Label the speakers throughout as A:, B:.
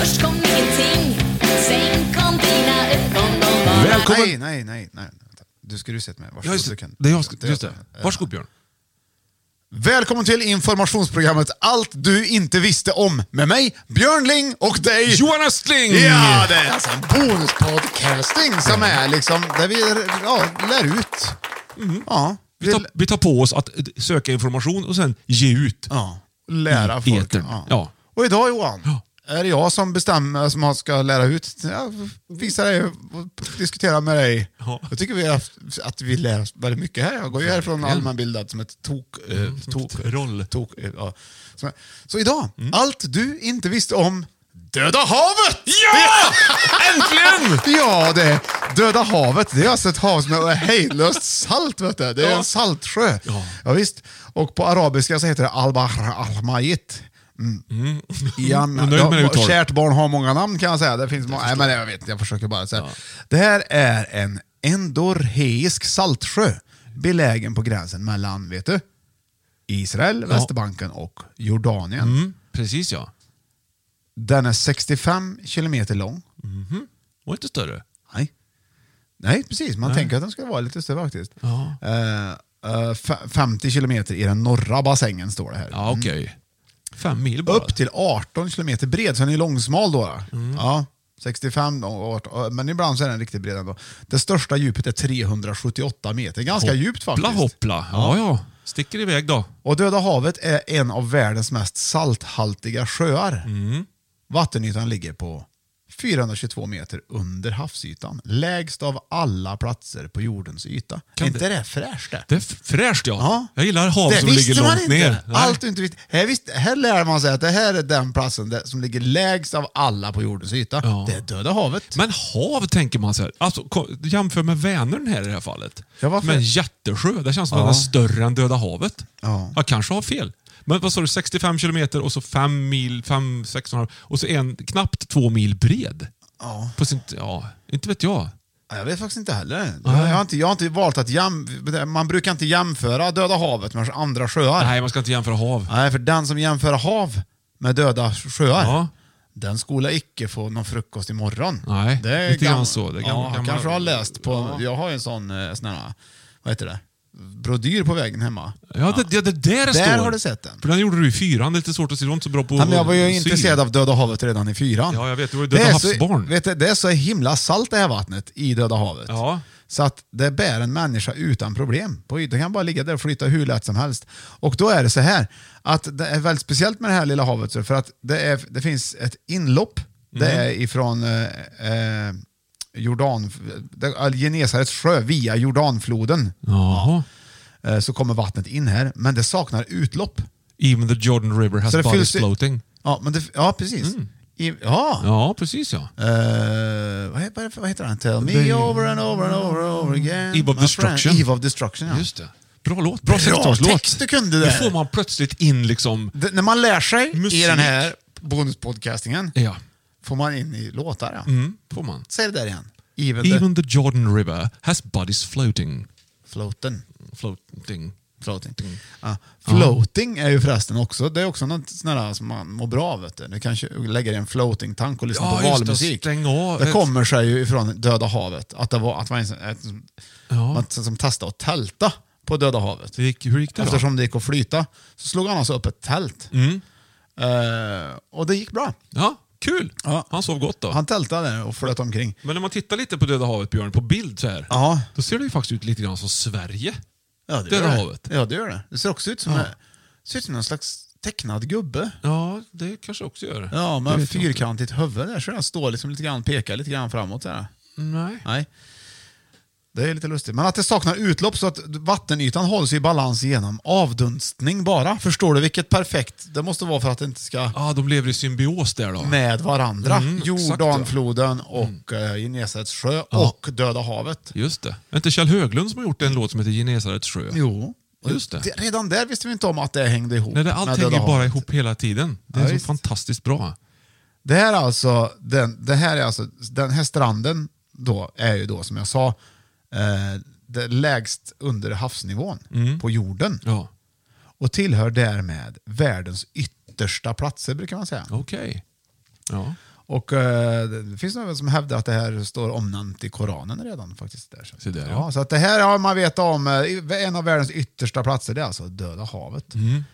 A: Först kom ingenting, sen kom dina ögon, de var...
B: Välkommen!
C: Nej, nej, nej. nej. Du skulle ju sett mig. Varsågod.
B: Ja, just
C: du
B: det.
C: kan-
B: det är jag, ska-
C: det är
B: just
C: jag. Eh,
B: det. Varsågod Björn.
C: Välkommen till informationsprogrammet Allt du inte visste om med mig, Björn Ling och dig.
B: Johan Östling!
C: Ja, det är alltså en bonuspodcasting som är liksom, där vi ja, lär ut. Ja,
B: Mm. vi, tar, vi tar på oss att eh, söka information och sen ge ut.
C: ja, lära folk.
B: Etern, ja.
C: Och idag Johan,
B: Ja.
C: är det jag som bestämmer som man ska lära ut. Ja, visa dig, och diskutera med dig.
B: Ja.
C: Jag tycker vi har haft, att vi lär oss väldigt mycket här. Jag går ju härifrån allmänbildad som ett tok...
B: eh,
C: Mm, tok
B: troll.
C: Tok, eh, ja. så, så idag, allt du inte visste om Döda havet!
B: Ja! Äntligen!
C: Ja, det är Döda havet. Det är alltså ett hav som är hejdlöst salt. Vet du. Det är
B: Ja.
C: en saltsjö.
B: Ja.
C: visst. Och på arabiska så heter det al-bahr al-mayit. Ian,
B: Jag är Mm. nöjd med det uttalet.
C: kärt barn har många namn kan jag säga. Det finns många, nej, men jag vet, jag försöker bara säga. Det här är en endorheisk saltsjö belägen på gränsen mellan, vet du? Israel,
B: Ja.
C: Västerbanken och Jordanien.
B: Mm, precis ja.
C: Den är 65 kilometer lång.
B: Var inte större.
C: Nej. Nej, precis. Man tänker att den skulle vara lite större faktiskt.
B: Ja.
C: Eh, eh, fe- 50 kilometer i den norra bassängen står det här.
B: Ja, okej. Fem mil bara.
C: Mm.
B: Mm.
C: Upp till 18 kilometer bred, så den är långsmal då. då. Ja, 65 då, och 18, men ibland så är den riktigt bred ändå. Det största djupet är 378 meter. Ganska djupt faktiskt.
B: Hoppla hoppla. Ja, ja. Sticker iväg då.
C: Och Döda havet är en av världens mest salthaltiga sjöar.
B: Mm.
C: Vattenytan ligger på 422 meter under havsytan. Lägst av alla platser på jordens yta.
B: Kan
C: är inte
B: det-
C: det fräscht det?
B: Det är f- fräscht ja.
C: Ja.
B: Jag gillar hav
C: det
B: som
C: visste
B: ligger
C: man
B: långt
C: inte.
B: ner. Nej.
C: Allt du inte visste. Här, visste, här lär man sig att det här är den platsen där, som ligger lägst av alla på jordens yta.
B: Ja.
C: Det är Döda havet.
B: Men hav tänker man så här. Alltså, ko- jämför med Vänern här i det här fallet.
C: Ja, varför?
B: med en jättesjö. Det känns som att den är större än Döda havet.
C: Ja.
B: Jag kanske har fel. Men vad sa du, 65 kilometer och så 5 mil, 5, 16 och så en knappt två mil bred.
C: Ja.
B: På sin, ja, inte vet jag.
C: Ja, Jag vet faktiskt inte heller. Jag har inte, jag har inte valt att jäm, Man brukar inte jämföra Döda havet med andra sjöar.
B: Nej, man ska inte jämföra hav.
C: Nej, för den som jämför hav med döda sjöar,
B: Ja.
C: den skola icke få någon frukost imorgon.
B: Nej,
C: det är
B: lite grann
C: gam-
B: så. Det är gam-
C: ja,
B: gamla-
C: kanske har läst på...
B: Ja.
C: Jag har ju en sån, eh, sån här, vad heter det? Brodyr på vägen hemma.
B: Ja, det, ja, det där, står.
C: har du sett den.
B: För den gjorde du i fyran. Det är lite svårt att se. Du var inte så bra på
C: Nej, men jag var ju
B: syn.
C: intresserad av Döda havet redan i fyran.
B: Ja, jag vet. Du var ju
C: Det
B: Döda
C: är så-
B: havsbarn.
C: Vet du, det är så himla salt det här vattnet i Döda havet.
B: Ja.
C: Så att det bär en människa utan problem. På ytan kan bara ligga där och flyta hur lätt som helst. Och då är det så här, att det är väldigt speciellt med det här lilla havet, så för att det, är, det finns ett inlopp, det
B: Mm.
C: är ifrån eh, eh, Jordan, det är Genesarets sjö via Jordanfloden.
B: Jaha.
C: eh, så kommer vattnet in här, men det saknar utlopp.
B: Even the Jordan River has
C: Så det
B: bodies
C: fylls i-
B: floating.
C: Ja, men det, ja precis.
B: Mm.
C: I, ja.
B: Ja, precis ja.
C: Eh, vad, heter, vad heter han? Tell me
B: Det-
C: over and over and over and over again.
B: Eve of
C: my
B: Destruction.
C: friend. Eve of Destruction, ja.
B: Just det. Bra låt. Bra
C: text du kunde
B: Nu
C: där.
B: får man plötsligt in liksom...
C: Det, när man lär sig
B: Musik.
C: i den här bonuspodcastingen
B: Ja,
C: får man in i låtar. Ja.
B: får man.
C: Säg det där igen. Even, the
B: Mm. Even the Jordan River has bodies floating.
C: floaten.
B: Floating.
C: Floating.
B: Mm.
C: Ja. Floating är ju förresten också, det är också något sånt där som man mår bra av. Vet du. du kanske lägger i en floating-tank och lyssnar
B: Ja,
C: på
B: just det,
C: valmusik.
B: stäng av.
C: Det kommer sig ju ifrån Döda havet. Att det var att man, att, man som testade att tälta på Döda havet.
B: Det gick, hur gick det Mm. då?
C: Eftersom det gick att flyta så slog han alltså upp ett tält. Eh, och det gick bra.
B: Ja, kul!
C: Ja.
B: Han sov gott då.
C: Han tältade där och flöt omkring.
B: Men när man tittar lite på Döda havet, Björn, på bild så här.
C: Ja.
B: Då ser det ju faktiskt ut lite grann som Sverige.
C: Ja,
B: Döda
C: gör
B: havet.
C: Ja, det gör det. Det ser också ut som,
B: Ja.
C: en, ser ut som någon slags tecknad gubbe.
B: Ja, det kanske också gör.
C: Ja,
B: Det
C: med
B: vet jag inte.
C: fyrkantigt huvud där. Så den står liksom lite grann, pekar lite grann framåt. Där.
B: Nej.
C: Nej. Det är lite lustigt. Men att det saknar utlopp så att vattenytan hålls i balans genom avdunstning bara. Förstår du vilket perfekt det måste vara för att det inte ska
B: Ja, de lever i symbios där då.
C: med varandra.
B: Mm, exakt,
C: Jordanfloden och mm. Genesarets sjö
B: Ja.
C: och Döda havet.
B: Just det. Är inte Kjell Höglund som har gjort en låt som heter Genesarets sjö?
C: Jo. Och
B: Just det.
C: Redan där visste vi inte om att det hängde ihop.
B: Nej, det,
C: med
B: allt
C: Döda
B: hänger ju bara
C: havet.
B: ihop hela tiden. Det är
C: Ja,
B: så
C: visst.
B: fantastiskt bra.
C: Det här, är alltså, den, det här är alltså, den här stranden då är ju då som jag sa, eh, det lägst under havsnivån
B: Mm.
C: på jorden.
B: Ja,
C: Och tillhör därmed världens yttersta platser brukar man säga.
B: okej. Ja.
C: Och eh, det finns någon som hävdar att det här står omnämnt i Koranen redan faktiskt. Där.
B: Se där, ja.
C: ja, så att det här har man vetat om, eh, en av världens yttersta platser, det är alltså Döda havet.
B: Mm.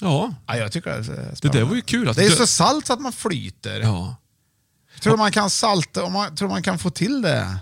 B: Ja,
C: Ja, jag tycker det är spännande.
B: Det där var ju kul att
C: det är
B: dö-
C: så salt så att man flyter.
B: ja.
C: Tror man kan salta, om man, tror man kan få till det?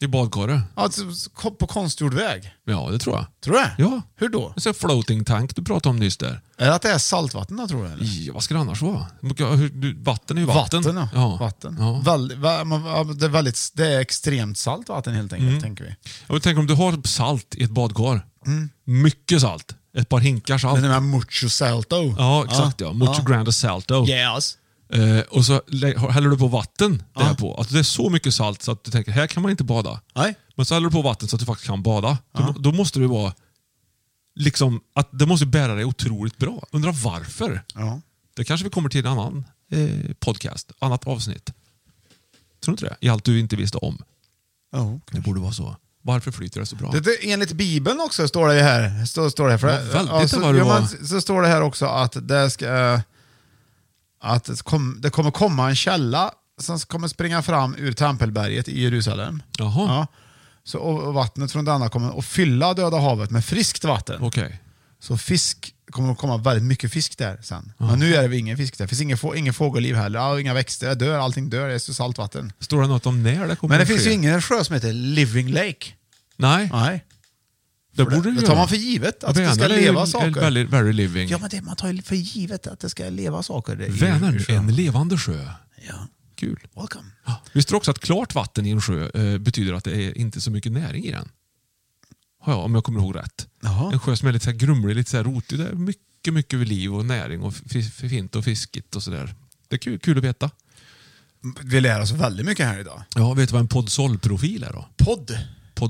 B: I badkaret.
C: Ja, t- ko- på konstgjord väg?
B: Ja, det tror jag.
C: Tror du
B: Ja.
C: Hur då?
B: En sån här floating tank du pratade om nyss där.
C: Är det att det är saltvatten då, tror du? Eller?
B: Ja, vad ska det annars vara? Hur- du- Vatten är ju vatten.
C: ja. vatten.
B: Ja.
C: Väl, va, man, va- det, är väldigt, det är extremt salt vatten helt
B: Mm.
C: enkelt, tänker vi.
B: Jag tänker om du har salt i ett badkar.
C: Mm.
B: Mycket salt. Ett par hinkar salt.
C: Den här mucho salto.
B: Ja, exakt ja. Mucho grande salto.
C: Yes.
B: Eh, och så lä- häller du på vatten där på. Alltså, det är så mycket salt så att du tänker, här kan man inte bada.
C: Nej.
B: Men så häller du på vatten så att du faktiskt kan bada. Då, då måste det vara... Liksom, att det måste bära dig otroligt bra. Undrar varför?
C: Ja.
B: Det kanske vi kommer till i en annan eh, podcast, annat avsnitt. Tror du inte det? I allt du inte visste om.
C: Oh.
B: Det borde vara så. Varför flyter det så bra?
C: Det, det, enligt Bibeln också står det ju här. Står, står det här för,
B: Ja, väldigt
C: så,
B: vad det var.
C: men, så står det här också att det, ska, eh, att det, kom, det kommer komma en källa som kommer springa fram ur tempelberget i Jerusalem.
B: Jaha.
C: Ja. Så, och, och vattnet från denna kommer att fylla Döda havet med friskt vatten.
B: Okej.
C: Så fisk kommer att komma väldigt mycket fisk där sen. Men nu är det väl ingen fisk där. Det finns ingen, få- ingen fågelliv heller. Ja, inga växter. Det dör. Allting dör. Det är så saltvatten.
B: Står det något om när det kommer
C: Men det
B: att
C: finns
B: ske?
C: ju ingen sjö som heter Living Lake.
B: Nej,
C: Nej.
B: det
C: För det,
B: borde
C: det
B: göra.
C: tar man för givet att det ska
B: Vänern är ju
C: leva
B: en-
C: saker.
B: Very, very living.
C: Ja, men det, man tar ju för givet att det ska leva saker. i- i
B: Vänern,
C: sjön.
B: en levande sjö.
C: Ja.
B: Kul.
C: Welcome.
B: Ja. Visste du också att klart vatten i en sjö eh, betyder att det är inte så mycket näring i den? Har jag, om jag kommer ihåg rätt.
C: Jaha.
B: En sjö som är lite så här grumlig, lite så här rotig. Det är mycket, mycket liv och näring och f- fint och fiskigt och sådär. Det är kul, kul att veta.
C: Vi lär oss väldigt mycket här idag.
B: Ja, vet du vad en poddsolprofil är då?
C: Podd.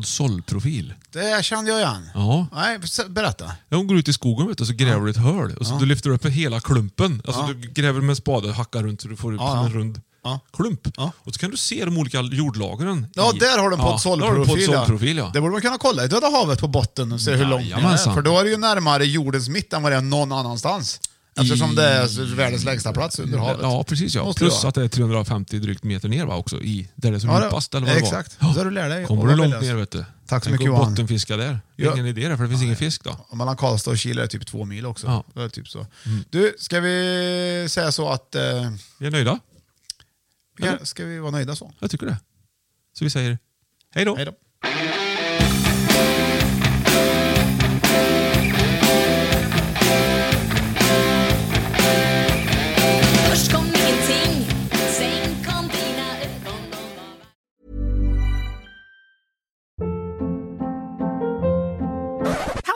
B: Poddsolprofil.
C: Det kände jag igen.
B: Ja.
C: Nej, s- berätta.
B: De går ut i skogen vet du, och så gräver du ett hål. Och så Du lyfter upp hela klumpen. Alltså, Du gräver med en spade och hackar runt så du får upp
C: Ja,
B: en
C: ja.
B: rund
C: Ja.
B: klump.
C: Ja.
B: Och så kan du se de olika jordlagren.
C: Ja,
B: i-
C: där har du en
B: Ja, där har du en
C: poddsolprofil.
B: poddsolprofil, ja.
C: Det borde man kunna kolla i Döda havet på botten och se hur långt ner det är.
B: Jajamensan.
C: För då är det ju närmare jordens mitt än vad det är någon annanstans. Eftersom
B: I-
C: det är världens lägsta plats under havet.
B: Ja, precis. Ja.
C: Måste det
B: Plus
C: vara.
B: att det är 350 drygt meter ner va, också, i, där det är som
C: Ja, det-
B: djupast. Eller vad det var.
C: exakt. Så har du lärt dig.
B: Kommer
C: Och
B: du
C: vad
B: långt
C: vill jag-
B: ner vet du.
C: Tack så
B: Tänk
C: mycket,
B: att
C: Johan.
B: bottenfiska där.
C: Ja.
B: Ingen idé där, för det finns ingen fisk då.
C: Och mellan Karlstad och Kil är det typ två mil också.
B: Ja. Mm.
C: Det är typ så. Du, ska vi säga så att... Eh,
B: Vi är nöjda.
C: ja, ska vi vara nöjda så?
B: Jag tycker det. Så vi säger hej då.
C: Hej då.
A: Först kom ingenting, sen kom dina ögon.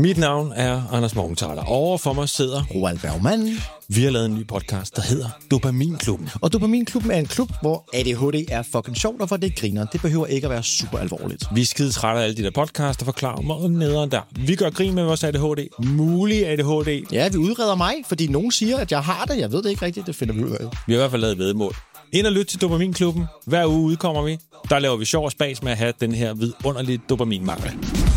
B: Mit navn er Anders Morgenthaler. Over for mig sidder Roald Bergmann. Vi har lavet en ny podcast, der hedder Dopaminklubben.
D: Og Dopaminklubben er en klub, hvor ADHD er fucking sjovt, og hvor det griner. Det behøver ikke at være super alvorligt.
B: Vi er skide trætte af alle de der podcasts, der forklarer mig om nederen der. Vi gør grin med vores ADHD. Mulig ADHD.
D: Ja, vi udreder mig, fordi nogen siger, at jeg har det. Jeg ved det ikke rigtigt, det finder vi ud af.
B: Vi har i hvert fald lavet vedmål. Ind og lyt til Dopaminklubben. Hver uge udkommer vi. Der laver vi sjov og spas med at have den her vidunderlige dopaminmangel.